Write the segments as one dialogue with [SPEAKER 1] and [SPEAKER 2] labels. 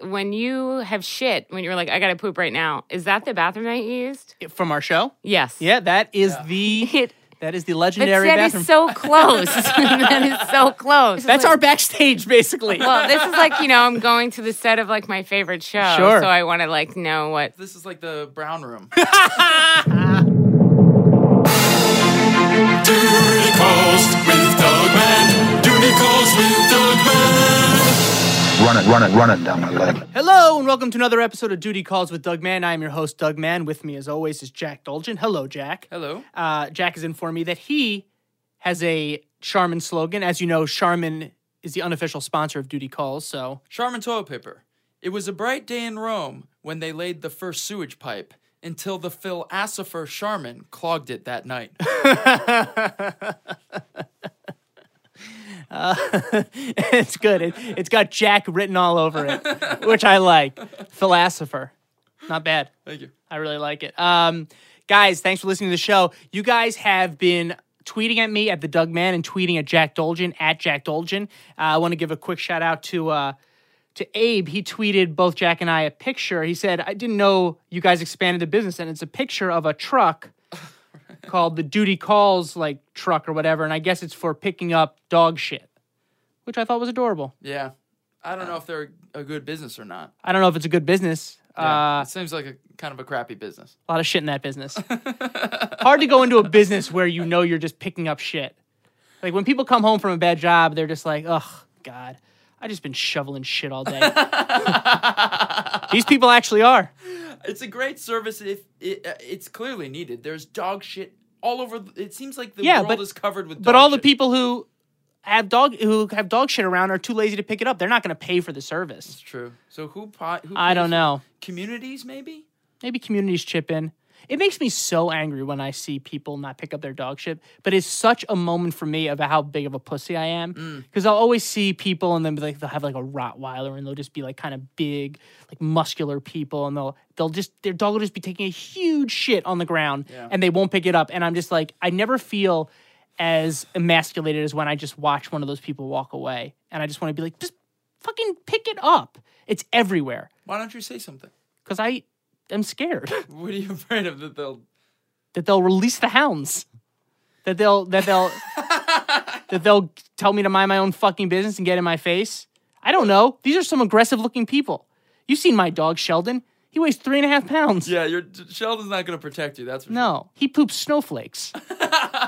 [SPEAKER 1] when you have shit, when you're like, I gotta poop right now, is that the bathroom that you used?
[SPEAKER 2] from our show.
[SPEAKER 1] Yes.
[SPEAKER 2] Yeah, that is the
[SPEAKER 1] It-
[SPEAKER 2] that is the
[SPEAKER 1] But
[SPEAKER 2] legendary
[SPEAKER 1] that
[SPEAKER 2] bathroom.
[SPEAKER 1] is so close. that is so close.
[SPEAKER 2] That's our backstage, basically.
[SPEAKER 1] Well, this is like you know, I'm going to the set of like my favorite show,
[SPEAKER 2] Sure.
[SPEAKER 1] so I want to like know what.
[SPEAKER 3] This is like the brown room.
[SPEAKER 4] Duty calls with Dogman. Duty calls with Dogman.
[SPEAKER 5] Run it, run it, run it down my leg.
[SPEAKER 2] Hello, and welcome to another episode of Duty Calls with Doug Mann. I am your host, Doug Mann. With me, as always, is Jack Dolgen. Hello, Jack.
[SPEAKER 3] Hello.
[SPEAKER 2] Uh, Jack has informed me that he has a Charmin slogan. As you know, Charmin is the unofficial sponsor of Duty Calls, so
[SPEAKER 3] Charmin toilet paper. It was a bright day in Rome when they laid the first sewage pipe until the philosopher Charmin clogged it that night.
[SPEAKER 2] it's good. It, it's got Jack written all over it, which I like. Philosopher. Not bad.
[SPEAKER 3] Thank you.
[SPEAKER 2] I really like it. Um, guys, thanks for listening to the show. You guys have been tweeting at me at the Doug Man and tweeting at Jack Dolgen at Jack Dolgen. Uh, I want to give a quick shout out to uh, to Abe. He tweeted both Jack and I a picture. He said, "I didn't know you guys expanded the business, and it's a picture of a truck." called the duty calls like truck or whatever and i guess it's for picking up dog shit which i thought was adorable
[SPEAKER 3] Yeah. I don't know if they're a good business or not.
[SPEAKER 2] i don't know if it's a good business
[SPEAKER 3] Yeah,
[SPEAKER 2] uh,
[SPEAKER 3] it seems like a kind of a crappy business.
[SPEAKER 2] a lot of shit in that business. Hard to go into a business where you know you're just picking up shit. Like when people come home from a bad job, they're just like, "Ugh, God, I just been shoveling shit all day." These people actually are.
[SPEAKER 3] It's a great service if it, uh, it's clearly needed. There's dog shit all over. th- It seems like the
[SPEAKER 2] Yeah,
[SPEAKER 3] world
[SPEAKER 2] but-
[SPEAKER 3] is covered with. Dog
[SPEAKER 2] But all the
[SPEAKER 3] shit.
[SPEAKER 2] people who have dog who have dog shit around are too lazy to pick it up. They're not going to pay for the service.
[SPEAKER 3] It's true. So who? Po- who
[SPEAKER 2] I
[SPEAKER 3] pays
[SPEAKER 2] don't
[SPEAKER 3] for-
[SPEAKER 2] know.
[SPEAKER 3] Communities maybe.
[SPEAKER 2] Maybe communities chip in. It makes me so angry when I see people not pick up their dog shit, but it's such a moment for me of how big of a pussy I am. Because I'll always see people and then like they'll have like a Rottweiler and they'll just be like kind of big, like muscular people, and they'll they'll just their dog will just be taking a huge shit on the ground and they won't pick it up. And I'm just like, I never feel as emasculated as when I just watch one of those people walk away. And I just want to be like, just fucking pick it up. It's everywhere.
[SPEAKER 3] Why don't you say something?
[SPEAKER 2] Because I am scared.
[SPEAKER 3] What are you afraid of that they'll?
[SPEAKER 2] that they'll release the hounds. That they'll that they'll that they'll tell me to mind my own fucking business and get in my face. I don't know. These are some aggressive looking people. You've seen my dog Sheldon. He weighs three and a half pounds.
[SPEAKER 3] Yeah, your Sheldon's not going to protect you. That's for sure.
[SPEAKER 2] No, he poops snowflakes.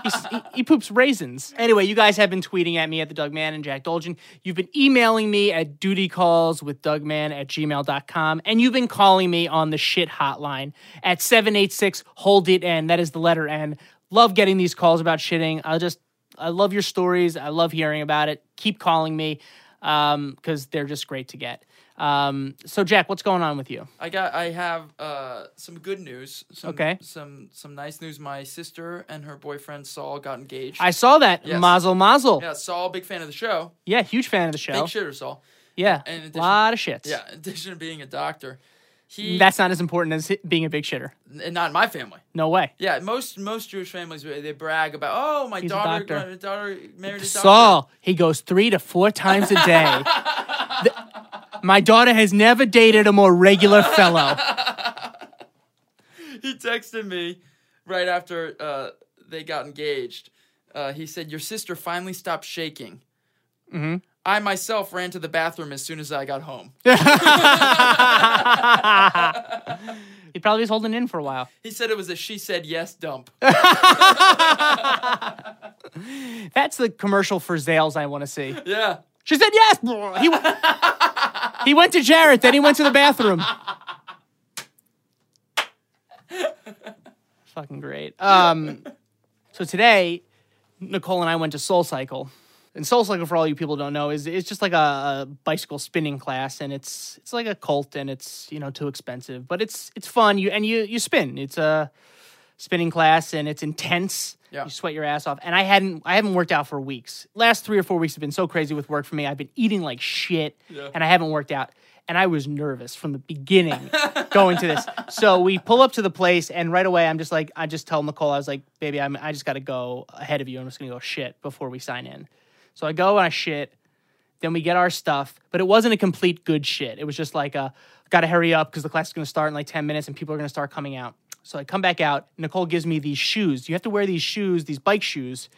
[SPEAKER 2] He's- he, he poops raisins. Anyway, you guys have been tweeting at me at the Doug Mann and Jack Dolgen. You've been emailing me at dutycalls with Dougman at gmail.com. And you've been calling me on the shit hotline at 786 Hold It N. That is the letter N. Love getting these calls about shitting. I just, I love your stories. I love hearing about it. Keep calling me because they're just great to get. Um, so, Jack, what's going on with you?
[SPEAKER 3] I got. I have uh, some good news. Some,
[SPEAKER 2] Okay.
[SPEAKER 3] Some some nice news. My sister and her boyfriend Saul got engaged.
[SPEAKER 2] I saw that.
[SPEAKER 3] Yes.
[SPEAKER 2] Mazel, mazel. Yeah.
[SPEAKER 3] yeah, Saul, big fan of the show.
[SPEAKER 2] huge fan of the show.
[SPEAKER 3] Big shitter, Saul.
[SPEAKER 2] Yeah,
[SPEAKER 3] in
[SPEAKER 2] a
[SPEAKER 3] addition-
[SPEAKER 2] lot of shits.
[SPEAKER 3] Yeah, in addition to being a doctor, he
[SPEAKER 2] That's not as important as hi- being a big shitter.
[SPEAKER 3] n- not in my family.
[SPEAKER 2] No way.
[SPEAKER 3] Yeah, most most Jewish families they they brag about oh my
[SPEAKER 2] He's a
[SPEAKER 3] daughter
[SPEAKER 2] doctor.
[SPEAKER 3] my daughter married a doctor.
[SPEAKER 2] Saul, he goes three to four times a day. Th- my daughter has never dated a more regular fellow.
[SPEAKER 3] he texted me right after uh, they got engaged. Uh, he said, "Your sister finally stopped shaking." Mm-hmm. I myself ran to the bathroom as soon as I got home.
[SPEAKER 2] He probably was holding in for a while.
[SPEAKER 3] He said it was a she said yes dump.
[SPEAKER 2] That's the commercial for Zales I want to see.
[SPEAKER 3] yeah,
[SPEAKER 2] She said yes. He, w- he went to Jarrett, then he went to the bathroom. Fucking great. Um, so today, Nicole and I went to Soul Cycle. And Soul Cycle, for all you people who don't know, is it's just like a, a bicycle spinning class, and it's it's like a cult, and it's you know too expensive, but it's it's fun. You and you you spin. It's a spinning class, and it's intense.
[SPEAKER 3] Yeah.
[SPEAKER 2] You sweat your ass off. And I hadn't I haven't worked out for weeks. Last three or four weeks have been so crazy with work for me. I've been eating like shit, and I haven't worked out. And I was nervous from the beginning going to this. So we pull up to the place, and right away I'm just like, I just tell Nicole, I was like, baby, I'm, I just got to go ahead of you. I'm just gonna go shit before we sign in. So I go and I shit. Then we get our stuff, but it wasn't a complete good shit. It was just like a gotta hurry up because the class is gonna start in like 10 minutes and people are gonna start coming out. So I come back out. Nicole gives me these shoes. You have to wear these shoes, these bike shoes,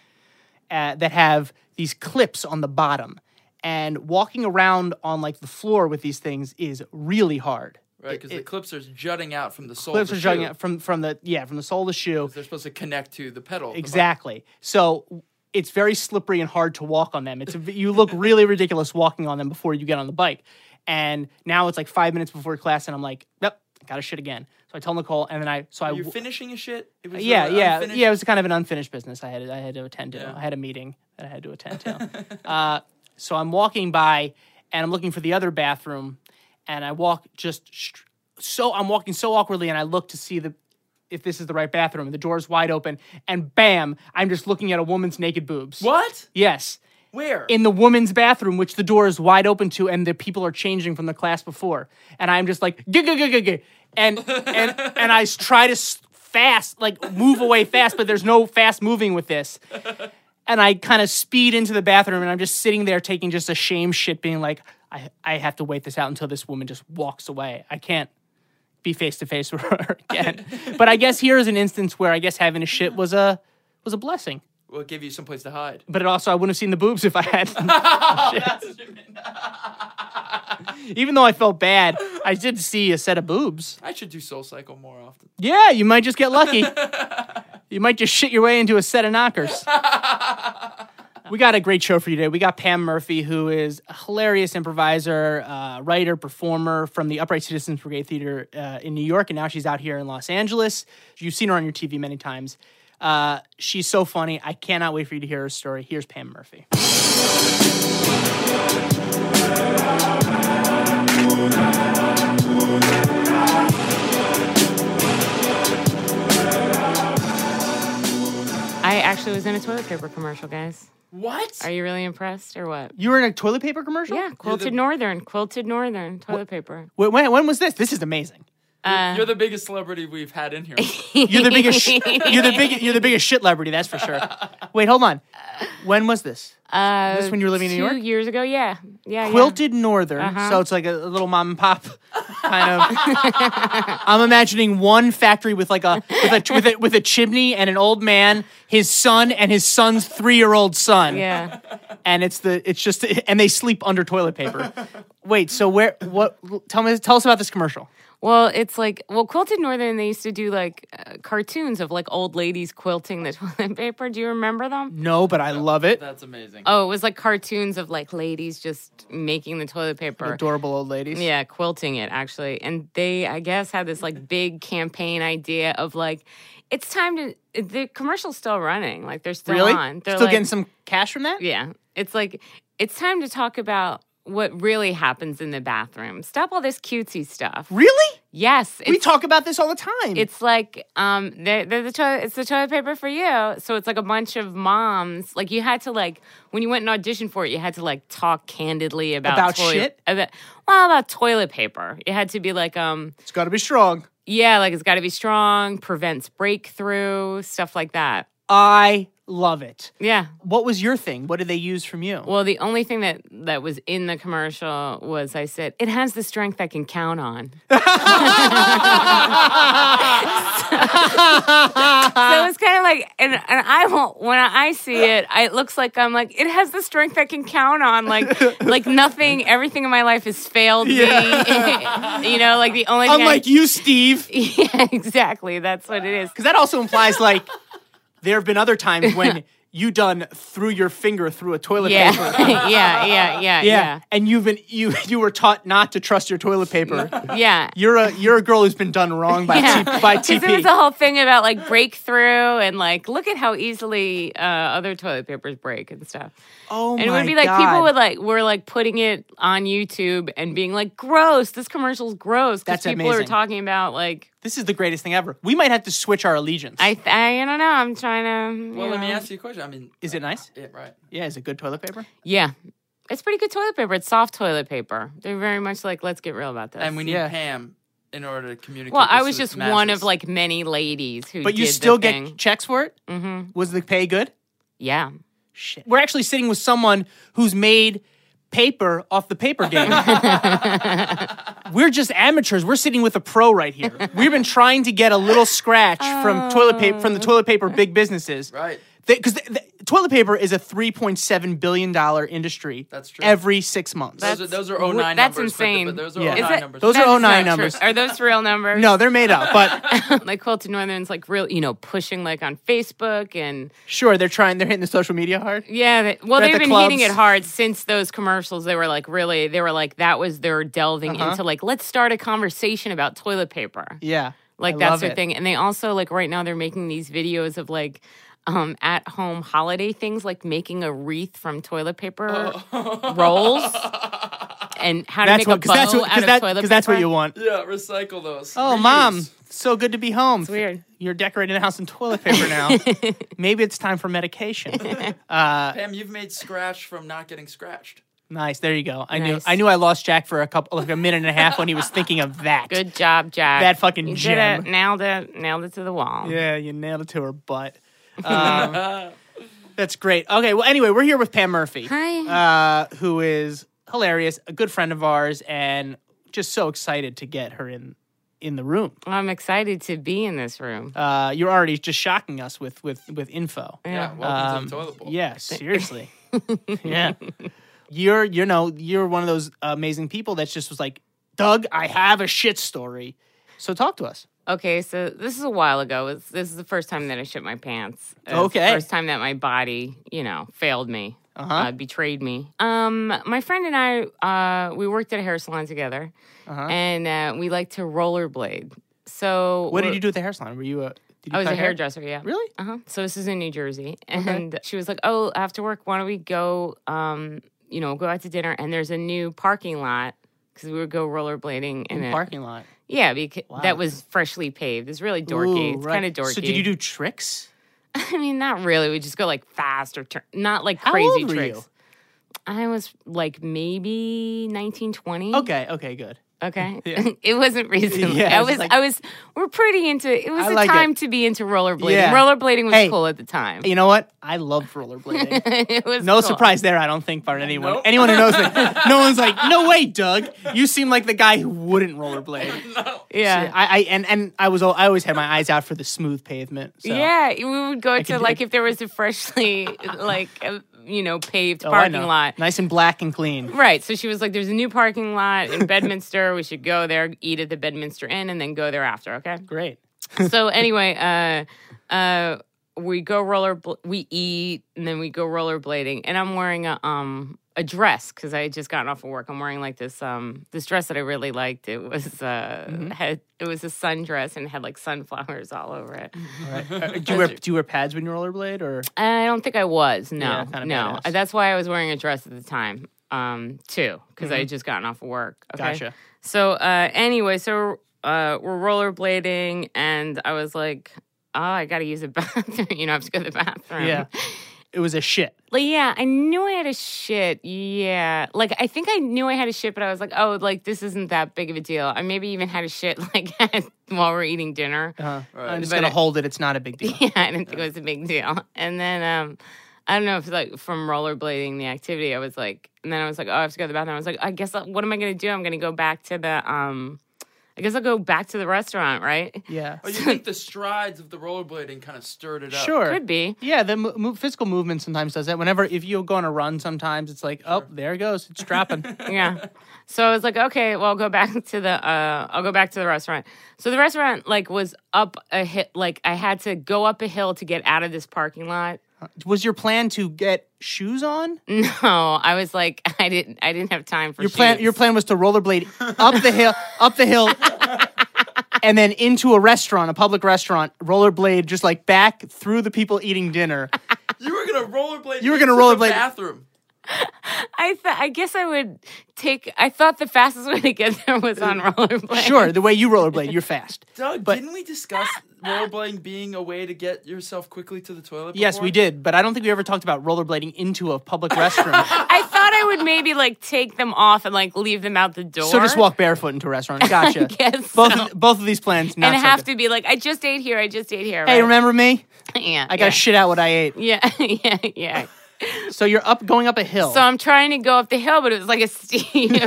[SPEAKER 2] uh, that have these clips on the bottom. And walking around on like the floor with these things is really hard.
[SPEAKER 3] right? Because the clips are jutting out from the sole.
[SPEAKER 2] Clips
[SPEAKER 3] of
[SPEAKER 2] are
[SPEAKER 3] the
[SPEAKER 2] jutting
[SPEAKER 3] shoe.
[SPEAKER 2] out from from the yeah from the sole of the shoe.
[SPEAKER 3] They're supposed to connect to the pedal. the
[SPEAKER 2] Exactly. So w- it's very slippery and hard to walk on them. It's a v- you look really ridiculous walking on them before you get on the bike. And now it's like five minutes before class, and I'm like, yep, I got to shit again. So I tell Nicole, and then I so I
[SPEAKER 3] You're
[SPEAKER 2] w-
[SPEAKER 3] finishing a shit. It was
[SPEAKER 2] yeah
[SPEAKER 3] uh,
[SPEAKER 2] yeah
[SPEAKER 3] unfinished?
[SPEAKER 2] yeah it was kind of an unfinished business. I had I had to attend to.
[SPEAKER 3] Yeah.
[SPEAKER 2] I had a meeting that I had to attend to. uh, so I'm walking by, and I'm looking for the other bathroom, and I walk just str- so I'm walking so awkwardly, and I look to see the if this is the right bathroom. The door's wide open, and bam, I'm just looking at a woman's naked boobs.
[SPEAKER 3] What?
[SPEAKER 2] Yes.
[SPEAKER 3] Where?
[SPEAKER 2] In the woman's bathroom, which the door is wide open to, and the people are changing from the class before, and I'm just like, "Gah, gah, gah, gah, gah." and and and I s- try to s- fast, like move away fast, but there's no fast moving with this, and I kind of speed into the bathroom, and I'm just sitting there taking just a shame shit, being like, I I have to wait this out until this woman just walks away. I can't be face to face with her again. but I guess here is an instance where I guess having a shit was a was a blessing.
[SPEAKER 3] Well, give you someplace to hide.
[SPEAKER 2] But it also I wouldn't have seen the boobs if I had. Even though I felt bad, I did see a set of boobs.
[SPEAKER 3] I should do Soul Cycle more often.
[SPEAKER 2] Yeah, you might just get lucky. you might just shit your way into a set of knockers. we got a great show for you today. We got Pam Murphy, who is a hilarious improviser, uh, writer, performer from the Upright Citizens Brigade Theater uh, in New York, and now she's out here in Los Angeles. You've seen her on your TV many times. Uh, she's so funny. I cannot wait for you to hear her story. Here's Pam Murphy.
[SPEAKER 1] I actually was in a toilet paper commercial, guys.
[SPEAKER 3] What?
[SPEAKER 1] Are you really impressed or what?
[SPEAKER 2] You were in a toilet paper commercial?
[SPEAKER 1] Yeah, quilted northern, quilted northern toilet paper.
[SPEAKER 2] Wait, when, when was this? This is amazing.
[SPEAKER 3] You're the biggest celebrity we've had in here.
[SPEAKER 2] You're the biggest. sh- you're the big. You're the biggest shit celebrity. That's for sure. Wait, hold on. When was this?
[SPEAKER 1] Uh,
[SPEAKER 2] this when you were living in New
[SPEAKER 1] two Uh-huh.
[SPEAKER 2] York?
[SPEAKER 1] years ago, yeah, yeah, yeah.
[SPEAKER 2] Quilted Northern. So it's like a, a little mom and pop kind of. I'm imagining one factory with like a with a, with a with a chimney and an old man, his son, and his son's three year old son.
[SPEAKER 1] yeah.
[SPEAKER 2] And it's the it's just and they sleep under toilet paper. Wait, so where? What? Tell me. Tell us about this commercial.
[SPEAKER 1] Well, it's like well, quilted northern. They used to do like uh, cartoons of like old ladies quilting the toilet paper. Do you remember them?
[SPEAKER 2] No, but I love it.
[SPEAKER 3] That's amazing.
[SPEAKER 1] Oh, it was like cartoons of like ladies just making the toilet paper.
[SPEAKER 2] Adorable old ladies.
[SPEAKER 1] Yeah, quilting it actually. And they, I guess, had this like big campaign idea of like, it's time to. The commercial's still running. Like they're still
[SPEAKER 2] Really?
[SPEAKER 1] on. They're
[SPEAKER 2] Still
[SPEAKER 1] like,
[SPEAKER 2] getting some cash from that?
[SPEAKER 1] Yeah, it's like it's time to talk about what really happens in the bathroom. Stop all this cutesy stuff.
[SPEAKER 2] Really?
[SPEAKER 1] Yes,
[SPEAKER 2] We
[SPEAKER 1] it's,
[SPEAKER 2] talk about this all the time.
[SPEAKER 1] it's like um, they're, they're the toilet, it's the toilet paper for you. So it's like a bunch of moms. Like you had to like when you went and auditioned for it, you had to like talk candidly about
[SPEAKER 2] About
[SPEAKER 1] toilet-
[SPEAKER 2] shit?
[SPEAKER 1] About, well, about toilet paper. You had to be like um.
[SPEAKER 2] it's got to be strong.
[SPEAKER 1] Yeah, like it's got to be strong, prevents breakthrough, stuff like that.
[SPEAKER 2] I love it.
[SPEAKER 1] Yeah.
[SPEAKER 2] What was your thing? What did they use from you?
[SPEAKER 1] Well, the only thing that that was in the commercial was I said it has the strength I can count on. so, it's kind of like, and and I won't when I see it, I, it looks like I'm like it has the strength I can count on. Like like nothing, everything in my life has failed me. you know, like the only thing. I-
[SPEAKER 2] Unlike you, Steve,
[SPEAKER 1] yeah, exactly. That's what it is.
[SPEAKER 2] because that also implies like there have been other times when you done through your finger through a toilet
[SPEAKER 1] Yeah.
[SPEAKER 2] paper.
[SPEAKER 1] yeah, yeah, yeah, yeah,
[SPEAKER 2] and you've been you you were taught not to trust your toilet paper.
[SPEAKER 1] yeah.
[SPEAKER 2] You're a you're a girl who's been done wrong by
[SPEAKER 1] Yeah.
[SPEAKER 2] T- by
[SPEAKER 1] Because it was
[SPEAKER 2] TP.
[SPEAKER 1] the whole thing about like breakthrough and like look at how easily uh, other toilet papers break and stuff.
[SPEAKER 2] oh
[SPEAKER 1] and it
[SPEAKER 2] my
[SPEAKER 1] would be like
[SPEAKER 2] God.
[SPEAKER 1] people would like were like putting it on YouTube and being like, "Gross! This commercial's gross." Because
[SPEAKER 2] That's
[SPEAKER 1] people are
[SPEAKER 2] amazing.
[SPEAKER 1] talking about like
[SPEAKER 2] This is the greatest thing ever. We might have to switch our allegiance.
[SPEAKER 1] I I don't know. I'm trying to. you
[SPEAKER 3] well, let me
[SPEAKER 1] know.
[SPEAKER 3] ask you a question. I mean,
[SPEAKER 2] is it nice?
[SPEAKER 3] yeah, right.
[SPEAKER 2] Yeah, is it good toilet paper?
[SPEAKER 1] Yeah, it's pretty good toilet paper. It's soft toilet paper. They're very much like, let's get real about this.
[SPEAKER 3] And we need
[SPEAKER 2] Yeah.
[SPEAKER 3] Pam in order to communicate.
[SPEAKER 1] well, I
[SPEAKER 3] this
[SPEAKER 1] was
[SPEAKER 3] to the
[SPEAKER 1] just one
[SPEAKER 3] masses.
[SPEAKER 1] of like many ladies who.
[SPEAKER 2] But you
[SPEAKER 1] did the
[SPEAKER 2] still get
[SPEAKER 1] thing.
[SPEAKER 2] checks for it. Mm-hmm. Was the pay good?
[SPEAKER 1] yeah.
[SPEAKER 2] Shit. We're actually sitting with someone who's made paper off the paper game. We're just amateurs. We're sitting with a pro right here. We've been trying to get a little scratch from toilet paper from the toilet paper big businesses.
[SPEAKER 3] Right.
[SPEAKER 2] Because toilet paper is a three point seven billion dollar industry.
[SPEAKER 3] That's true.
[SPEAKER 2] Every six months.
[SPEAKER 3] Those are, those are
[SPEAKER 1] Wh-
[SPEAKER 3] 09
[SPEAKER 1] that's
[SPEAKER 3] numbers. but th-
[SPEAKER 1] insane.
[SPEAKER 3] But, those are
[SPEAKER 2] Yeah.
[SPEAKER 3] 09
[SPEAKER 2] Is
[SPEAKER 1] that-
[SPEAKER 3] numbers.
[SPEAKER 2] those
[SPEAKER 1] That
[SPEAKER 2] are
[SPEAKER 1] is not
[SPEAKER 2] 09
[SPEAKER 1] true.
[SPEAKER 2] numbers.
[SPEAKER 1] Are those real numbers?
[SPEAKER 2] no, they're made up, but
[SPEAKER 1] like Quilted Northern's like real, you know, pushing like on Facebook and
[SPEAKER 2] sure, they're trying. They're hitting the social media hard.
[SPEAKER 1] yeah. They, well,
[SPEAKER 2] They're at
[SPEAKER 1] they've
[SPEAKER 2] the
[SPEAKER 1] been hitting it
[SPEAKER 2] clubs.
[SPEAKER 1] hard since those commercials. They were like really, they were like that was their delving into like let's start a conversation about toilet paper.
[SPEAKER 2] Uh-huh. Yeah,
[SPEAKER 1] Like
[SPEAKER 2] I
[SPEAKER 1] that's
[SPEAKER 2] love
[SPEAKER 1] their
[SPEAKER 2] it.
[SPEAKER 1] thing. And they also like right now they're making these videos of like um at home holiday things like making a wreath from toilet paper
[SPEAKER 3] Oh.
[SPEAKER 1] rolls and how to
[SPEAKER 2] That's
[SPEAKER 1] make
[SPEAKER 2] what
[SPEAKER 1] a bow
[SPEAKER 2] because that's what
[SPEAKER 1] out
[SPEAKER 2] because
[SPEAKER 1] of
[SPEAKER 2] that,
[SPEAKER 1] toilet paper.
[SPEAKER 2] 'cause that's what you want.
[SPEAKER 3] Yeah, recycle those.
[SPEAKER 2] Oh,
[SPEAKER 3] Reuse.
[SPEAKER 2] mom, so good to be home. It's
[SPEAKER 1] weird.
[SPEAKER 2] You're decorating the house in toilet paper now. Maybe it's time for medication. Uh,
[SPEAKER 3] Pam, you've made scratch from not getting scratched.
[SPEAKER 2] nice. There you go. I knew.
[SPEAKER 1] Nice.
[SPEAKER 2] I knew I lost Jack for a couple, like a minute and a half when he was thinking of that.
[SPEAKER 1] Good job, Jack.
[SPEAKER 2] That fucking
[SPEAKER 1] you did
[SPEAKER 2] gem.
[SPEAKER 1] it. Nailed it. Nailed it to the wall.
[SPEAKER 2] Yeah, you nailed it to her butt. Um, that's great. Okay. Well, anyway, we're here with Pam Murphy.
[SPEAKER 1] Hi.
[SPEAKER 2] uh, who is hilarious, a good friend of ours, and just so excited to get her in in the room.
[SPEAKER 1] I'm excited to be in this room.
[SPEAKER 2] Uh, you're already just shocking us with with with info.
[SPEAKER 3] Yeah, welcome to the toilet bowl.
[SPEAKER 2] um, Yeah, seriously. yeah, you're you know you're one of those amazing people that just was like, Doug, I have a shit story. So talk to us.
[SPEAKER 1] Okay, so this is a while ago. It's, this is the first time that I shit my pants. It's the
[SPEAKER 2] Okay.
[SPEAKER 1] first time that my body, you know, failed me,
[SPEAKER 2] Uh-huh.
[SPEAKER 1] uh, betrayed me. Um, my friend and I, uh, we worked at a hair salon together,
[SPEAKER 2] Uh-huh.
[SPEAKER 1] and uh, we like to rollerblade. So
[SPEAKER 2] What did
[SPEAKER 1] we're-
[SPEAKER 2] you do at the hair salon? Were you a? Did you
[SPEAKER 1] I was
[SPEAKER 2] cut
[SPEAKER 1] a
[SPEAKER 2] hair?
[SPEAKER 1] hairdresser. Yeah.
[SPEAKER 2] Really?
[SPEAKER 1] Uh huh. So this is in New Jersey, and she was like, "Oh, after work, why don't we go? Um, you know, go out to dinner." And there's a new parking lot because we would go rollerblading in,
[SPEAKER 2] In
[SPEAKER 1] it.
[SPEAKER 2] parking lot.
[SPEAKER 1] Yeah, because
[SPEAKER 2] Wow.
[SPEAKER 1] that was freshly paved. It's really dorky.
[SPEAKER 2] Ooh,
[SPEAKER 1] it's
[SPEAKER 2] right.
[SPEAKER 1] kind of dorky.
[SPEAKER 2] So did you do tricks?
[SPEAKER 1] I mean, not really. We just go like fast or turn, not like
[SPEAKER 2] How
[SPEAKER 1] crazy
[SPEAKER 2] old were
[SPEAKER 1] tricks.
[SPEAKER 2] you?
[SPEAKER 1] I was like maybe nineteen twenty.
[SPEAKER 2] Okay. Okay. Good.
[SPEAKER 1] Okay. it wasn't recently.
[SPEAKER 2] Yeah,
[SPEAKER 1] I
[SPEAKER 2] it's
[SPEAKER 1] was
[SPEAKER 2] like-
[SPEAKER 1] I was we're pretty into it was
[SPEAKER 2] I
[SPEAKER 1] a
[SPEAKER 2] like it.
[SPEAKER 1] time to be into rollerblading.
[SPEAKER 2] Yeah.
[SPEAKER 1] Rollerblading was
[SPEAKER 2] Hey.
[SPEAKER 1] cool at the time.
[SPEAKER 2] You know what? I love rollerblading.
[SPEAKER 1] it was
[SPEAKER 2] No
[SPEAKER 1] cool.
[SPEAKER 2] surprise there, I don't think, for anyone.
[SPEAKER 3] Nope.
[SPEAKER 2] Anyone who knows me. No one's like, no way, Doug. You seem like the guy who wouldn't rollerblade.
[SPEAKER 1] Yeah.
[SPEAKER 2] I, I and, and I was al- I always had my eyes out for the smooth pavement. So.
[SPEAKER 1] Yeah, we would go to
[SPEAKER 2] could-
[SPEAKER 1] like if there was a freshly like uh, you know paved
[SPEAKER 2] Oh, I
[SPEAKER 1] parking
[SPEAKER 2] know.
[SPEAKER 1] lot.
[SPEAKER 2] Nice and black and clean.
[SPEAKER 1] Right. So she was like, there's a new parking lot in Bedminster. We should go there, eat at the Bedminster Inn, and then go there after. Okay.
[SPEAKER 2] Great.
[SPEAKER 1] So anyway, uh, uh, we go roller, we eat, and then we go rollerblading. And I'm wearing a, um, a dress because I had just gotten off of work. I'm wearing like this, um, this dress that I really liked. It was, uh,
[SPEAKER 2] Mm-hmm.
[SPEAKER 1] had, it was a sundress and had like sunflowers all over it.
[SPEAKER 2] All right. Uh, do, you wear, do you wear pads when you rollerblade or
[SPEAKER 1] I don't think I was.
[SPEAKER 2] Yeah,
[SPEAKER 1] No,
[SPEAKER 2] kinda
[SPEAKER 1] no.
[SPEAKER 2] badass.
[SPEAKER 1] That's why I was wearing a dress at the time, um, too, because I had just gotten off of work. Okay?
[SPEAKER 2] Mm-hmm. gotcha.
[SPEAKER 1] So uh, anyway, so uh, we're rollerblading, and I was like, "Oh, I got to use a bathroom. You know, I have to go to the bathroom."
[SPEAKER 2] Yeah. It was a shit.
[SPEAKER 1] like yeah, I knew I had a shit. Yeah, like I think I knew I had a shit, but I was like, "Oh, like this isn't that big of a deal." I maybe even had a shit like while we're eating dinner.
[SPEAKER 2] Uh,
[SPEAKER 3] Uh-huh. Right.
[SPEAKER 2] I'm just
[SPEAKER 1] But
[SPEAKER 2] gonna
[SPEAKER 1] it-
[SPEAKER 2] hold it. It's not a big deal.
[SPEAKER 1] Yeah, I didn't think it was a big deal. And then um, I don't know if like from rollerblading the activity, I was like, and then I was like, oh, I have to go to the bathroom. I was like, I guess uh, what am I gonna do? I'm gonna go back to the um, I guess I'll go back to the restaurant, right?
[SPEAKER 2] Yeah.
[SPEAKER 3] Oh, you think the strides of the rollerblading kind of stirred it up?
[SPEAKER 2] Sure.
[SPEAKER 1] Could be.
[SPEAKER 2] Yeah, the mo- mo- physical movement sometimes does that. Whenever if you go on a run, sometimes it's like, oh, there it goes, it's dropping.
[SPEAKER 1] yeah. So I was like, okay, well, I'll go back to the, uh, I'll go back to the restaurant. So the restaurant like was up a hit, like I had to go up a hill to get out of this parking lot.
[SPEAKER 2] was your plan to get shoes on?
[SPEAKER 1] No, I was like, I didn't, I didn't have time for
[SPEAKER 2] Your plan,
[SPEAKER 1] shoes.
[SPEAKER 2] your plan was to rollerblade up the hill, up the hill, and then into a restaurant, a public restaurant. Rollerblade just like back through the people eating dinner.
[SPEAKER 3] You were gonna rollerblade.
[SPEAKER 2] You were gonna
[SPEAKER 3] into the
[SPEAKER 2] rollerblade-
[SPEAKER 3] Bathroom.
[SPEAKER 1] I th- I guess I would take. I thought the fastest way to get there was on rollerblades.
[SPEAKER 2] Sure, the way you rollerblade, you're fast.
[SPEAKER 3] Doug,
[SPEAKER 2] But-
[SPEAKER 3] didn't we discuss rollerblading being a way to get yourself quickly to the toilet?
[SPEAKER 2] Yes,
[SPEAKER 3] before?
[SPEAKER 2] we did, but I don't think we ever talked about rollerblading into a public restroom.
[SPEAKER 1] I thought I would maybe like take them off and like leave them out the door.
[SPEAKER 2] so just walk barefoot into a restaurant. Gotcha.
[SPEAKER 1] guess
[SPEAKER 2] both
[SPEAKER 1] so.
[SPEAKER 2] of, both of these plans not
[SPEAKER 1] and
[SPEAKER 2] so
[SPEAKER 1] have
[SPEAKER 2] good.
[SPEAKER 1] to be like, I just ate here. I just ate here.
[SPEAKER 2] Hey,
[SPEAKER 1] right?
[SPEAKER 2] remember me?
[SPEAKER 1] Yeah,
[SPEAKER 2] I got to
[SPEAKER 1] yeah.
[SPEAKER 2] shit out what I ate.
[SPEAKER 1] Yeah, yeah, yeah.
[SPEAKER 2] So you're up, going up a hill.
[SPEAKER 1] So I'm trying to go up the hill, but it was like a steep.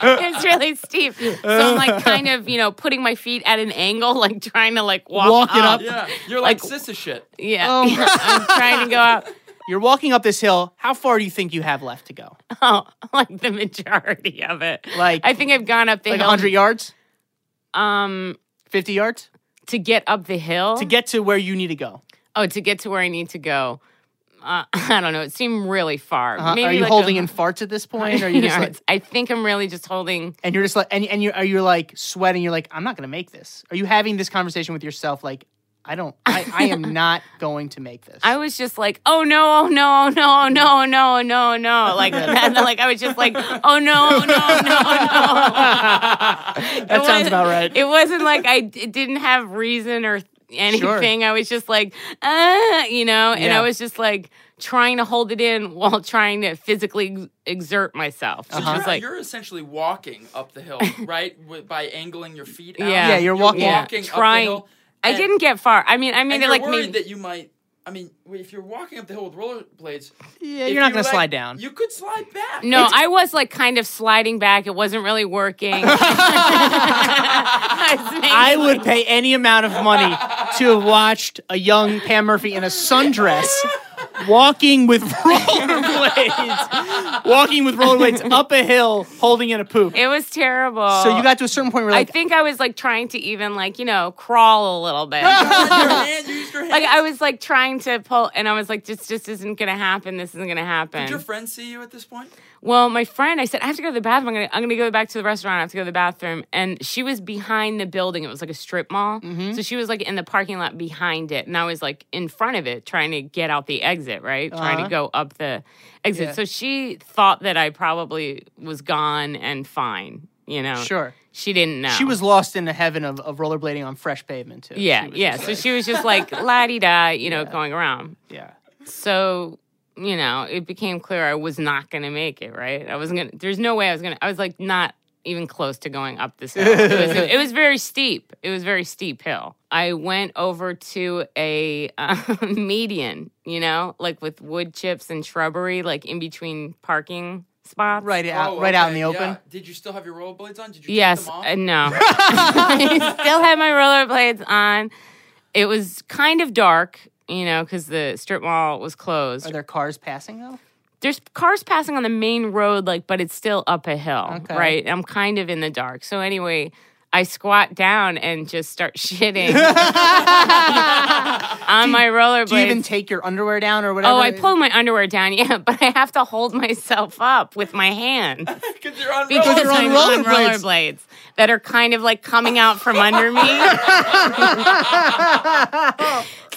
[SPEAKER 1] it's really steep. So I'm like kind of, you know, putting my feet at an angle, like trying to like walk
[SPEAKER 2] Walk it up.
[SPEAKER 3] Yeah, you're like,
[SPEAKER 1] Like-
[SPEAKER 3] sis of shit.
[SPEAKER 1] Yeah.
[SPEAKER 2] Oh my-
[SPEAKER 1] I'm trying to go up
[SPEAKER 2] you're walking up this hill. How far do you think you have left to go?
[SPEAKER 1] oh, like the majority of it.
[SPEAKER 2] Like-
[SPEAKER 1] I think I've gone up the
[SPEAKER 2] Like
[SPEAKER 1] hill.
[SPEAKER 2] 100 yards,
[SPEAKER 1] Um,
[SPEAKER 2] 50 yards
[SPEAKER 1] to get up the hill.
[SPEAKER 2] to get to where you need to go.
[SPEAKER 1] oh, to get to where I need to go. Uh, I don't know. It seemed really far.
[SPEAKER 2] Uh,
[SPEAKER 1] Maybe
[SPEAKER 2] are you
[SPEAKER 1] like
[SPEAKER 2] holding
[SPEAKER 1] a,
[SPEAKER 2] in farts at this point? Or are you just like,
[SPEAKER 1] yards. I think I'm really just holding.
[SPEAKER 2] and you're just like, and, and you're, are you like sweating? You're like, I'm not going to make this. Are you having this conversation with yourself? Like, I don't, I, I am not going to make this.
[SPEAKER 1] I was just like, oh no, oh no, oh no, oh no, oh no, oh no, oh no. Like that, like I was just like, oh no, oh no, oh no, oh no. It
[SPEAKER 2] that sounds
[SPEAKER 1] wasn't-
[SPEAKER 2] about right.
[SPEAKER 1] It wasn't like I d- didn't have reason or anything. I was just like, ah, you know, and
[SPEAKER 2] Yeah.
[SPEAKER 1] I was just like trying to hold it in while trying to physically ex- exert myself. So
[SPEAKER 3] So
[SPEAKER 1] Uh-huh.
[SPEAKER 2] Uh-huh.
[SPEAKER 1] it's
[SPEAKER 3] you're,
[SPEAKER 1] just like,
[SPEAKER 3] you're essentially walking up the hill, right? With, by angling your feet out.
[SPEAKER 1] Yeah. Yeah,
[SPEAKER 2] you're walking.
[SPEAKER 1] Yeah,
[SPEAKER 3] walking up
[SPEAKER 1] trying.
[SPEAKER 3] the hill.
[SPEAKER 1] I
[SPEAKER 3] and-
[SPEAKER 1] didn't get far. I mean, I made
[SPEAKER 3] And
[SPEAKER 1] it
[SPEAKER 3] you're
[SPEAKER 1] like
[SPEAKER 3] worried
[SPEAKER 1] maybe.
[SPEAKER 3] that you might. I mean, if you're walking up the hill with rollerblades,
[SPEAKER 2] yeah,
[SPEAKER 3] if
[SPEAKER 2] you're not going
[SPEAKER 3] you let-
[SPEAKER 2] to slide down.
[SPEAKER 3] You could slide back.
[SPEAKER 1] no, I was like kind of sliding back. It wasn't really working. I was making,
[SPEAKER 2] I
[SPEAKER 1] like-
[SPEAKER 2] would pay any amount of money to have watched a young Pam Murphy in a sundress walking with rollerblades, walking with rollerblades up a hill, holding in a poop.
[SPEAKER 1] It was terrible.
[SPEAKER 2] So you got to a certain point where you're
[SPEAKER 1] I
[SPEAKER 2] like,
[SPEAKER 1] think I was like trying to even like you know crawl a little bit. like
[SPEAKER 3] Your hand, you used your hand.
[SPEAKER 1] I was like trying to pull, and I was like, "This just isn't gonna happen. This isn't gonna happen."
[SPEAKER 3] Did your friends see you at this point?
[SPEAKER 1] well, my friend, I said, "I have to go to the bathroom. I'm gonna I'm gonna go back to the restaurant. I have to go to the bathroom." And she was behind the building. It was like a strip mall,
[SPEAKER 2] Mm-hmm.
[SPEAKER 1] so she was like in the parking lot behind it, and I was like in front of it trying to get out the exit, right? Trying to go up the exit.
[SPEAKER 2] Uh-huh. Yeah.
[SPEAKER 1] So she thought that I probably was gone and fine. You know,
[SPEAKER 2] sure.
[SPEAKER 1] She didn't know.
[SPEAKER 2] She was lost in the heaven of, of rollerblading on fresh pavement too.
[SPEAKER 1] Yeah,
[SPEAKER 2] She was
[SPEAKER 1] yeah.
[SPEAKER 2] just
[SPEAKER 1] So
[SPEAKER 2] like-
[SPEAKER 1] she was just like la di da, you know, going around.
[SPEAKER 2] yeah.
[SPEAKER 1] So you know, it became clear I was not going to make it. Right? I wasn't gonna. There's no way I was gonna. I was like not even close to going up this hill. it, was, it was very steep. It was very steep hill. I went over to a uh, median, you know, like with wood chips and shrubbery, like in between parking spots.
[SPEAKER 2] Right out,
[SPEAKER 3] Oh,
[SPEAKER 2] right out in
[SPEAKER 3] okay,
[SPEAKER 2] the
[SPEAKER 3] yeah.
[SPEAKER 2] open.
[SPEAKER 3] Did you still have your rollerblades on? Did you take
[SPEAKER 1] Yes,
[SPEAKER 3] them off?
[SPEAKER 1] uh, no. I still had my rollerblades on. It was kind of dark, you know, because the strip mall was closed.
[SPEAKER 2] Are there cars passing though?
[SPEAKER 1] There's cars passing on the main road, like, but it's still up a hill, right? I'm kind of in the dark. So anyway, I squat down and just start shitting on my rollerblades.
[SPEAKER 2] Do you even take your underwear down or whatever?
[SPEAKER 1] Oh, I pulled my underwear down, yeah, but I have to hold myself up with my hand.
[SPEAKER 3] Because you're on
[SPEAKER 1] Because
[SPEAKER 2] you're on
[SPEAKER 1] I'm
[SPEAKER 2] rollerblades.
[SPEAKER 1] on rollerblades that are kind of like coming out from under me.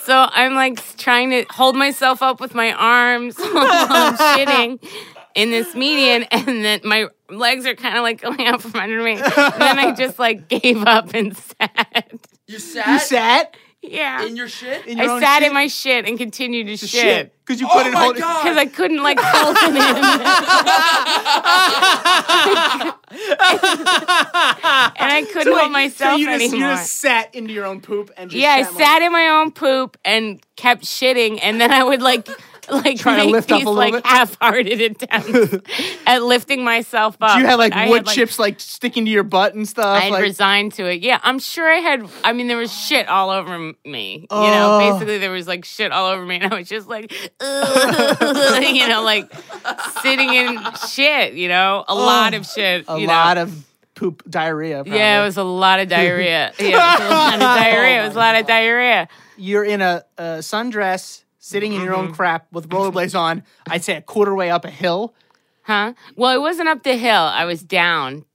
[SPEAKER 1] so I'm like trying to hold myself up with my arms while I'm shitting in this median, and then my legs are kind of like going out from under me. And then I just like gave up and sat.
[SPEAKER 3] You sat,
[SPEAKER 2] You sat
[SPEAKER 1] Yeah.
[SPEAKER 3] in your shit.
[SPEAKER 2] in your
[SPEAKER 1] I
[SPEAKER 2] own
[SPEAKER 1] sat
[SPEAKER 2] shit?
[SPEAKER 1] in my shit and continued to shit.
[SPEAKER 2] shit because you
[SPEAKER 3] Oh
[SPEAKER 2] couldn't
[SPEAKER 3] my
[SPEAKER 2] hold
[SPEAKER 3] God.
[SPEAKER 1] Because I couldn't like hold it in. and I couldn't
[SPEAKER 2] it.
[SPEAKER 1] hold myself
[SPEAKER 2] so you just,
[SPEAKER 1] anymore.
[SPEAKER 2] You just sat into your own poop and just
[SPEAKER 1] yeah, I
[SPEAKER 2] sat like-
[SPEAKER 1] sat in my own poop and kept shitting, and then I would like, like
[SPEAKER 2] Try to
[SPEAKER 1] make
[SPEAKER 2] lift up
[SPEAKER 1] these
[SPEAKER 2] a little
[SPEAKER 1] like
[SPEAKER 2] bit.
[SPEAKER 1] half-hearted attempts at lifting myself up.
[SPEAKER 2] You had like
[SPEAKER 1] I
[SPEAKER 2] wood
[SPEAKER 1] had, like-
[SPEAKER 2] chips like sticking to your butt and stuff.
[SPEAKER 1] I had
[SPEAKER 2] like,
[SPEAKER 1] resigned to it. Yeah, I'm sure I had. I mean, there was shit all over m- me. You know,
[SPEAKER 2] Oh.
[SPEAKER 1] basically there was like shit all over me, and I was just like, you know, like sitting in shit. You know, a lot of shit.
[SPEAKER 2] Oh. a
[SPEAKER 1] you know.
[SPEAKER 2] lot of poop diarrhea. Probably.
[SPEAKER 1] Yeah, it was a lot of diarrhea. Yeah, it was a lot of diarrhea. It was a lot of diarrhea.
[SPEAKER 2] you're in a, a sundress, sitting in your
[SPEAKER 1] Mm-hmm.
[SPEAKER 2] own crap with rollerblades on. I'd say a quarter way up a hill.
[SPEAKER 1] Huh? Well, it wasn't up the hill. I was down.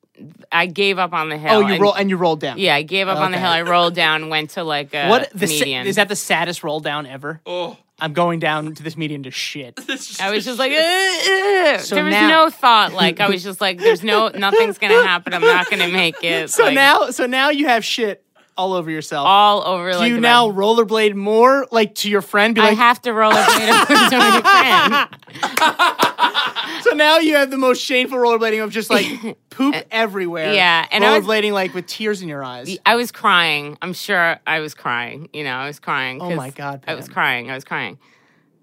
[SPEAKER 1] I gave up on the hill.
[SPEAKER 2] Oh, you
[SPEAKER 1] and-
[SPEAKER 2] roll and you rolled down.
[SPEAKER 1] Yeah, I gave up on the
[SPEAKER 2] Okay.
[SPEAKER 1] hill. I rolled down, and went to like a
[SPEAKER 2] What the sa-
[SPEAKER 1] median.
[SPEAKER 2] is that the saddest roll down ever?
[SPEAKER 3] Oh,
[SPEAKER 2] I'm going down to this median to shit.
[SPEAKER 3] it's just
[SPEAKER 1] I was just like, "Ugh, ugh."
[SPEAKER 2] So
[SPEAKER 1] there was
[SPEAKER 2] now-
[SPEAKER 1] no thought. Like I was just like, there's no, nothing's gonna happen. I'm not gonna make it.
[SPEAKER 2] So
[SPEAKER 1] like,
[SPEAKER 2] now, so now you have shit all over yourself.
[SPEAKER 1] all over.
[SPEAKER 2] Do
[SPEAKER 1] like
[SPEAKER 2] you
[SPEAKER 1] the-
[SPEAKER 2] now rollerblade more, like to your friend? Be
[SPEAKER 1] I
[SPEAKER 2] like,
[SPEAKER 1] have to rollerblade over to my friend.
[SPEAKER 2] so now you have the most shameful rollerblading of just like poop everywhere.
[SPEAKER 1] Yeah, and I was-
[SPEAKER 2] rollerblading like with tears in your eyes.
[SPEAKER 1] I was crying. I'm sure I was crying. You know, I was crying.
[SPEAKER 2] Oh
[SPEAKER 1] 'cause
[SPEAKER 2] my God,
[SPEAKER 1] I was
[SPEAKER 2] Pam.
[SPEAKER 1] crying. I was crying.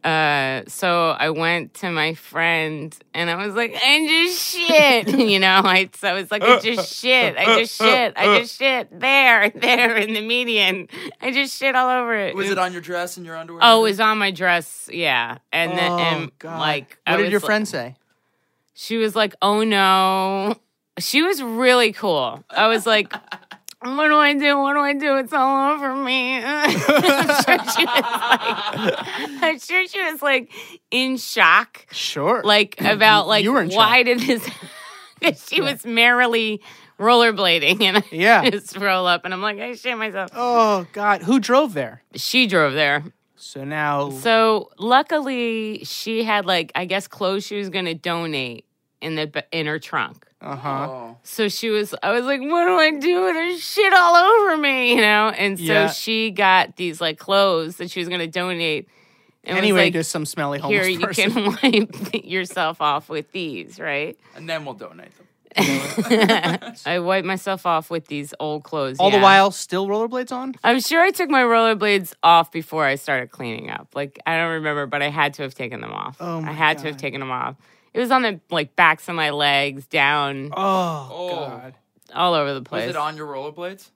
[SPEAKER 1] uh, so I went to my friend and I was like, I just shit. you know, I, so I was like, I just shit. I just shit. I just shit. There, there in the median. I just shit all over it.
[SPEAKER 3] Was it on your dress and your underwear?
[SPEAKER 1] Oh, it was on my dress, yeah, and then
[SPEAKER 2] Oh,
[SPEAKER 1] and
[SPEAKER 2] God.
[SPEAKER 1] like, I
[SPEAKER 2] What did
[SPEAKER 1] was
[SPEAKER 2] your
[SPEAKER 1] like-
[SPEAKER 2] friend say?
[SPEAKER 1] She was like, "Oh no," she was really cool. I was like, "What do I do? What do I do? It's all over me." I'm sure she was like, I'm sure she was like in shock,
[SPEAKER 2] Sure.
[SPEAKER 1] like about like
[SPEAKER 2] You were in
[SPEAKER 1] why did this? 'Cause she was merrily rollerblading, and I
[SPEAKER 2] Yeah.
[SPEAKER 1] just roll up, and I'm like, I shit myself.
[SPEAKER 2] oh God, who drove there?
[SPEAKER 1] She drove there.
[SPEAKER 2] So now,
[SPEAKER 1] So luckily, she had like I guess clothes she was gonna donate in the ba- in her trunk.
[SPEAKER 2] uh huh.
[SPEAKER 3] Oh.
[SPEAKER 1] So she was. I was like, what do I do? There's shit all over me, you know. And so
[SPEAKER 2] Yeah.
[SPEAKER 1] she got these like clothes that she was gonna donate. And was
[SPEAKER 2] Anyway,
[SPEAKER 1] like,
[SPEAKER 2] just some smelly homeless
[SPEAKER 1] here you
[SPEAKER 2] person.
[SPEAKER 1] can wipe yourself off with these, right?
[SPEAKER 3] And then we'll donate them.
[SPEAKER 1] I wiped myself off with these old clothes.
[SPEAKER 2] All the
[SPEAKER 1] yeah.
[SPEAKER 2] while, still rollerblades on.
[SPEAKER 1] I'm sure I took my rollerblades off before I started cleaning up. Like I don't remember, but I had to have taken them off.
[SPEAKER 2] Oh, my
[SPEAKER 1] I had to have
[SPEAKER 2] God.
[SPEAKER 1] taken them off. It was on the like backs of my legs, down,
[SPEAKER 2] Oh,
[SPEAKER 3] Oh.
[SPEAKER 2] God.
[SPEAKER 1] all over the
[SPEAKER 3] Was
[SPEAKER 1] place.
[SPEAKER 3] it on Oh, your rollerblades?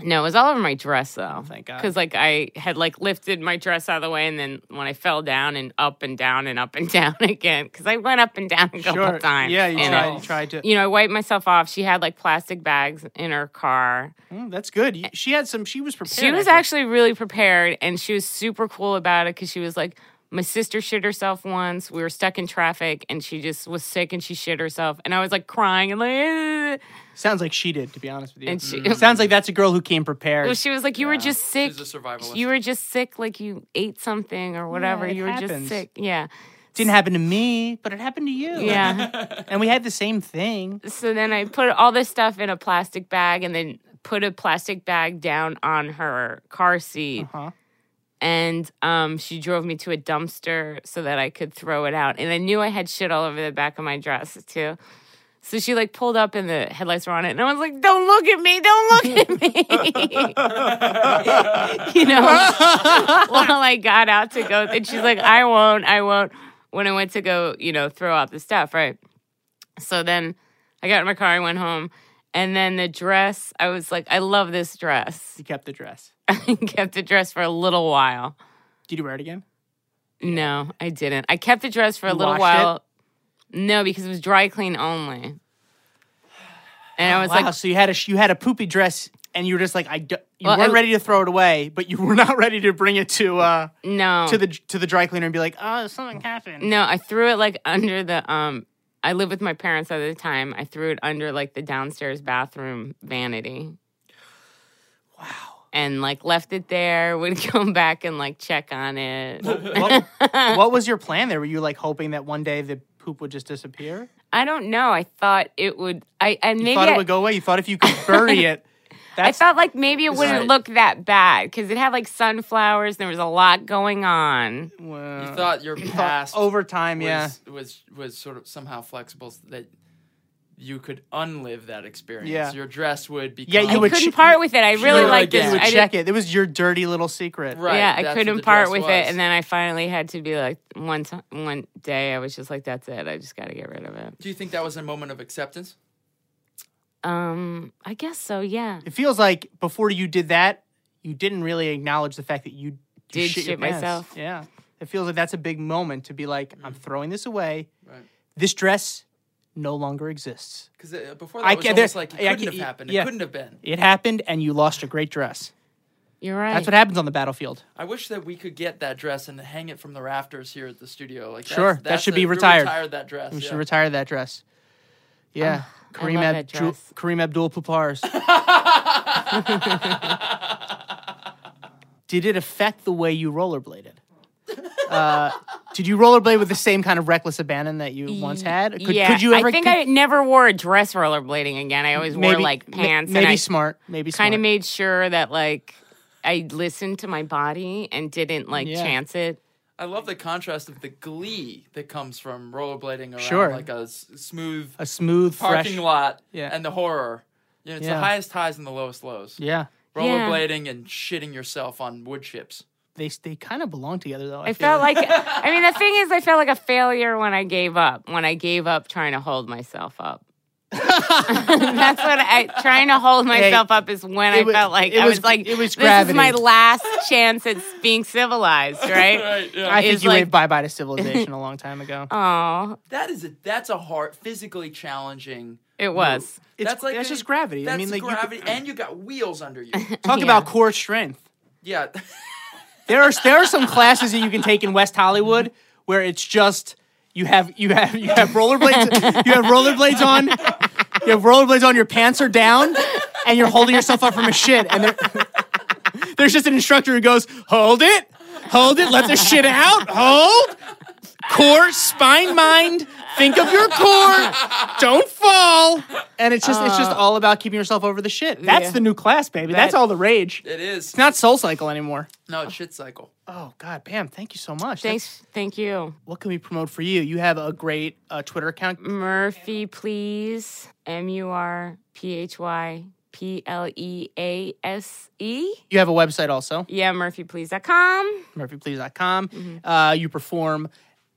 [SPEAKER 1] No, it was all over my dress though.
[SPEAKER 2] thank God.
[SPEAKER 1] Because like I had like lifted my dress out of the way, and then when I fell down and up and down and up and down again, because I went up and down a couple
[SPEAKER 2] Sure.
[SPEAKER 1] times.
[SPEAKER 2] Yeah, you
[SPEAKER 1] and
[SPEAKER 2] tried.
[SPEAKER 1] I-
[SPEAKER 2] You tried to.
[SPEAKER 1] You know, I wiped myself off. She had like plastic bags in her car.
[SPEAKER 2] Mm, that's good. You- She had some. She was prepared.
[SPEAKER 1] She
[SPEAKER 2] I
[SPEAKER 1] was
[SPEAKER 2] think.
[SPEAKER 1] actually really prepared and she was super cool about it because she was like, My sister shit herself once. We were stuck in traffic and she just was sick and she shit herself. And I was like crying and like, "Ugh."
[SPEAKER 2] sounds like she did. To be honest with you,
[SPEAKER 1] and she,
[SPEAKER 2] sounds like that's a girl who came prepared.
[SPEAKER 1] well, she was like, You were just sick.
[SPEAKER 3] She's a survivalist.
[SPEAKER 1] You were just sick, like you ate something or whatever.
[SPEAKER 2] it
[SPEAKER 1] you were
[SPEAKER 2] happens.
[SPEAKER 1] just sick. Yeah.
[SPEAKER 2] Didn't happen to me, but it happened to you.
[SPEAKER 1] Yeah.
[SPEAKER 2] and we had the same thing.
[SPEAKER 1] so then I put all this stuff in a plastic bag and then put a plastic bag down on her car seat.
[SPEAKER 2] Uh-huh.
[SPEAKER 1] And um, she drove me to a dumpster so that I could throw it out. And I knew I had shit all over the back of my dress too. So she like pulled up and the headlights were on it, and I was like, "Don't look at me! Don't look at me!" you know. While I got out to go, and she's like, "I won't, I won't." When I went to go, you know, throw out the stuff, right? So then I got in my car, I went home, and then the dress. I was like, "I love this dress."
[SPEAKER 2] You kept the dress.
[SPEAKER 1] I kept the dress for a little while.
[SPEAKER 2] Did you wear it again?
[SPEAKER 1] No, I didn't. I kept the dress for a
[SPEAKER 2] You
[SPEAKER 1] little
[SPEAKER 2] washed
[SPEAKER 1] while. No, because it was dry clean only. And I was
[SPEAKER 2] Oh, wow.
[SPEAKER 1] like,
[SPEAKER 2] so you had a sh- you had a poopy dress, and you were just like, I do- you
[SPEAKER 1] Well,
[SPEAKER 2] weren't
[SPEAKER 1] I-
[SPEAKER 2] ready to throw it away, but you were not ready to bring it to uh
[SPEAKER 1] no,
[SPEAKER 2] to the to the dry cleaner and be like, oh, something happened.
[SPEAKER 1] no. I threw it like under the um. I lived with my parents at the time. I threw it under like the downstairs bathroom vanity. Wow. And like left it there. Would come back and like check on it.
[SPEAKER 2] what, what was your plan there? Were you like hoping that one day the poop would just disappear?
[SPEAKER 1] I don't know. I thought it would. I and
[SPEAKER 2] You
[SPEAKER 1] maybe
[SPEAKER 2] thought
[SPEAKER 1] I-
[SPEAKER 2] it would go away. You thought if you could bury it,
[SPEAKER 1] I
[SPEAKER 2] that's
[SPEAKER 1] thought like maybe it wouldn't
[SPEAKER 3] right.
[SPEAKER 1] look that bad because it had like sunflowers. And there was a lot going on.
[SPEAKER 2] well,
[SPEAKER 3] You thought your past
[SPEAKER 2] Uh, over time.
[SPEAKER 3] was,
[SPEAKER 2] yeah,
[SPEAKER 3] was was sort of somehow flexible so that you could unlive that experience.
[SPEAKER 2] Yeah.
[SPEAKER 3] Your dress would become
[SPEAKER 2] Yeah, you
[SPEAKER 1] I
[SPEAKER 2] would
[SPEAKER 1] couldn't
[SPEAKER 2] ch-
[SPEAKER 1] part with it. I really
[SPEAKER 3] would,
[SPEAKER 1] liked it.
[SPEAKER 3] like, you
[SPEAKER 2] you would
[SPEAKER 1] I didn't-
[SPEAKER 2] check it. It was your dirty little secret.
[SPEAKER 3] Right.
[SPEAKER 1] yeah, I
[SPEAKER 3] that's what
[SPEAKER 1] couldn't
[SPEAKER 3] the
[SPEAKER 1] part
[SPEAKER 3] dress
[SPEAKER 1] with
[SPEAKER 3] was.
[SPEAKER 1] it, and then I finally had to be like one time, one day. I was just like, "That's it. I just got to get rid of it."
[SPEAKER 3] Do you think that was a moment of acceptance?
[SPEAKER 1] Um, I guess so. Yeah,
[SPEAKER 2] It feels like before you did that, you didn't really acknowledge the fact that you, you
[SPEAKER 1] Did
[SPEAKER 2] shit, your
[SPEAKER 1] shit
[SPEAKER 2] pants.
[SPEAKER 1] myself.
[SPEAKER 2] Yeah, it feels like that's a big moment to be like,
[SPEAKER 1] Mm.
[SPEAKER 2] I'm throwing this away.
[SPEAKER 3] Right.
[SPEAKER 2] This dress no longer exists.
[SPEAKER 3] Because uh, before that
[SPEAKER 2] I
[SPEAKER 3] was
[SPEAKER 2] can't-
[SPEAKER 3] almost
[SPEAKER 2] there-
[SPEAKER 3] like it
[SPEAKER 2] yeah, I
[SPEAKER 3] couldn't
[SPEAKER 2] can't- e
[SPEAKER 3] have happened.
[SPEAKER 2] yeah.
[SPEAKER 3] It couldn't have been.
[SPEAKER 2] It happened, and you lost a great dress.
[SPEAKER 1] you're right.
[SPEAKER 2] That's what happens on the battlefield.
[SPEAKER 3] I wish that we could get that dress and hang it from the rafters here at the studio. Like that's-
[SPEAKER 2] Sure, that
[SPEAKER 3] that's
[SPEAKER 2] should
[SPEAKER 3] a-
[SPEAKER 2] be
[SPEAKER 3] you
[SPEAKER 2] retired.
[SPEAKER 3] Retired that dress.
[SPEAKER 2] We
[SPEAKER 3] yeah.
[SPEAKER 2] should retire that dress. Yeah.
[SPEAKER 1] I
[SPEAKER 2] Kareem,
[SPEAKER 1] love
[SPEAKER 2] Ab-
[SPEAKER 1] that
[SPEAKER 2] Ju-
[SPEAKER 1] dress.
[SPEAKER 2] Kareem Abdul Pupar's. did it affect the way you rollerbladed? Uh, did you rollerblade with the same kind of reckless abandon that you once had? Could,
[SPEAKER 1] yeah,
[SPEAKER 2] could you ever?
[SPEAKER 1] I think
[SPEAKER 2] could-
[SPEAKER 1] I never wore a dress rollerblading again. I always wore like
[SPEAKER 2] ma-
[SPEAKER 1] pants.
[SPEAKER 2] Maybe
[SPEAKER 1] and I,
[SPEAKER 2] smart. Maybe
[SPEAKER 1] kind of
[SPEAKER 2] smart.
[SPEAKER 1] made sure that like I listened to my body and didn't like
[SPEAKER 2] Yeah.
[SPEAKER 1] chance it.
[SPEAKER 3] I love the contrast of the glee that comes from rollerblading around
[SPEAKER 2] Sure.
[SPEAKER 3] like a s- smooth
[SPEAKER 2] a smooth,
[SPEAKER 3] parking
[SPEAKER 2] fresh.
[SPEAKER 3] lot
[SPEAKER 2] Yeah.
[SPEAKER 3] and the horror. You know, it's
[SPEAKER 2] Yeah.
[SPEAKER 3] the highest highs and the lowest lows.
[SPEAKER 2] Yeah.
[SPEAKER 1] Yeah.
[SPEAKER 3] Rollerblading and shitting yourself on wood chips.
[SPEAKER 2] they they kind of belong together though.
[SPEAKER 1] I felt like, I mean, the thing is, I felt like a failure when I gave up, when I gave up trying to hold myself up. That's what I trying to hold myself up is when I
[SPEAKER 2] wa-
[SPEAKER 1] felt like
[SPEAKER 2] it
[SPEAKER 1] I
[SPEAKER 2] was-
[SPEAKER 1] was, like
[SPEAKER 2] it was
[SPEAKER 1] this is my
[SPEAKER 2] gravity.
[SPEAKER 1] last chance at being civilized, right?
[SPEAKER 3] Right, yeah.
[SPEAKER 2] I think
[SPEAKER 1] is
[SPEAKER 2] you
[SPEAKER 1] like-
[SPEAKER 2] waved bye bye to civilization a long time ago.
[SPEAKER 1] Oh,
[SPEAKER 3] That is a that's a hard, physically challenging.
[SPEAKER 1] it was.
[SPEAKER 2] It's-
[SPEAKER 3] that's like
[SPEAKER 2] that's
[SPEAKER 3] a-
[SPEAKER 2] just gravity. I
[SPEAKER 3] That's
[SPEAKER 2] mean, like, you could-
[SPEAKER 3] gravity, and you got wheels under you.
[SPEAKER 2] Talk
[SPEAKER 1] Yeah.
[SPEAKER 2] about core strength.
[SPEAKER 3] yeah,
[SPEAKER 2] There are there are some classes that you can take in West Hollywood where it's just you have you have you have rollerblades you have rollerblades on you have rollerblades on your pants are down and you're holding yourself up from a shit and there, there's just an instructor who goes hold it hold it let the shit out hold core spine mind think of your core don't fall and it's just it's just all about keeping yourself over the shit
[SPEAKER 1] Uh.
[SPEAKER 2] that's
[SPEAKER 1] Yeah.
[SPEAKER 2] the new class baby that's
[SPEAKER 1] That-
[SPEAKER 2] all the rage
[SPEAKER 3] it is.
[SPEAKER 2] it's not soul cycle anymore
[SPEAKER 3] no, it's shit cycle.
[SPEAKER 2] Oh God, Pam! Thank you so much. That's-
[SPEAKER 1] Thanks, thank you,
[SPEAKER 2] What can we promote for you? You have a great uh, Twitter account.
[SPEAKER 1] Murphy. Please, M U R P H Y P L E A S E.
[SPEAKER 2] You have a website also,
[SPEAKER 1] Yeah, murphyplease.com.
[SPEAKER 2] MurphyPlease.com.
[SPEAKER 1] Mm-hmm.
[SPEAKER 2] Uh, you perform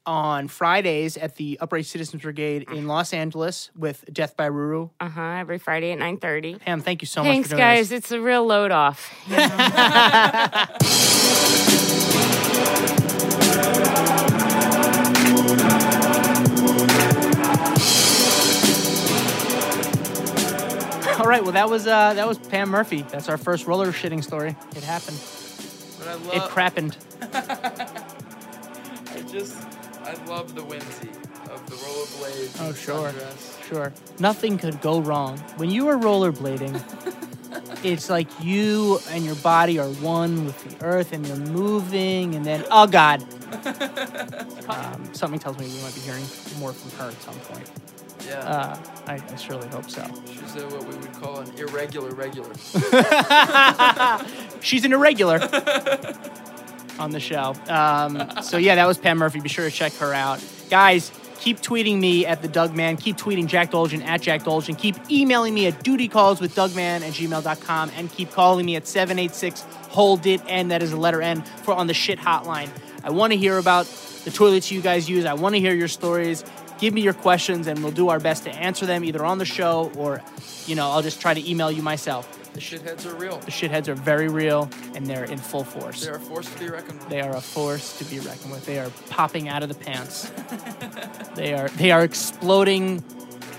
[SPEAKER 2] on Fridays at the Upright Citizens Brigade in Los Angeles with Death by
[SPEAKER 1] Mm.
[SPEAKER 2] Ruru.
[SPEAKER 1] Uh huh. Every Friday at nine thirty.
[SPEAKER 2] Pam, thank you so
[SPEAKER 1] Thanks,
[SPEAKER 2] much. for doing this.
[SPEAKER 1] guys. It's a real load off.
[SPEAKER 2] All right. Well, that was uh, that was Pam Murphy. That's our first roller shitting story. It happened.
[SPEAKER 3] But I
[SPEAKER 2] It
[SPEAKER 3] love.
[SPEAKER 2] crappened.
[SPEAKER 3] I just I love the whimsy of the rollerblades.
[SPEAKER 2] Oh,
[SPEAKER 3] and the
[SPEAKER 2] sure.
[SPEAKER 3] sundress.
[SPEAKER 2] Sure. Nothing could go wrong. When you are rollerblading, it's like you and your body are one with the earth and you're moving, and then, oh God. um, something tells me we might be hearing more from her at some point.
[SPEAKER 3] Yeah,
[SPEAKER 2] Uh, I, I surely hope so.
[SPEAKER 3] she's uh, what we would call an irregular regular.
[SPEAKER 2] She's an irregular on the show. Um, so yeah, that was Pam Murphy. Be sure to check her out, guys. Keep tweeting me at the Doug Man. Keep tweeting Jack Dolgen at Jack Dolgen. Keep emailing me at dutycalls with Dougman at gmail.com and keep calling me at 786 Hold It N. That is the letter N for on the shit hotline. I want to hear about the toilets you guys use. I want to hear your stories. Give me your questions and we'll do our best to answer them either on the show or, you know, I'll just try to email you myself.
[SPEAKER 3] The shitheads are real.
[SPEAKER 2] The shitheads are very real and they're in full force.
[SPEAKER 3] They are forced to be reckoned with.
[SPEAKER 2] They are a force to be reckoned with. They are popping out of the pants. they are they are exploding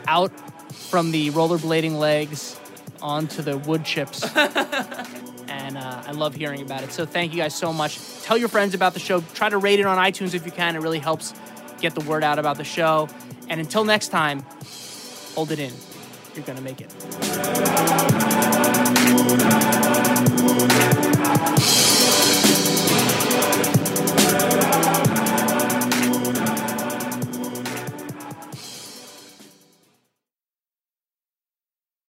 [SPEAKER 2] out from the rollerblading legs onto the wood chips. and uh, I love hearing about it. So thank you guys so much. Tell your friends about the show. Try to rate it on iTunes if you can. It really helps get the word out about the show. And until next time, hold it in. You're gonna make it.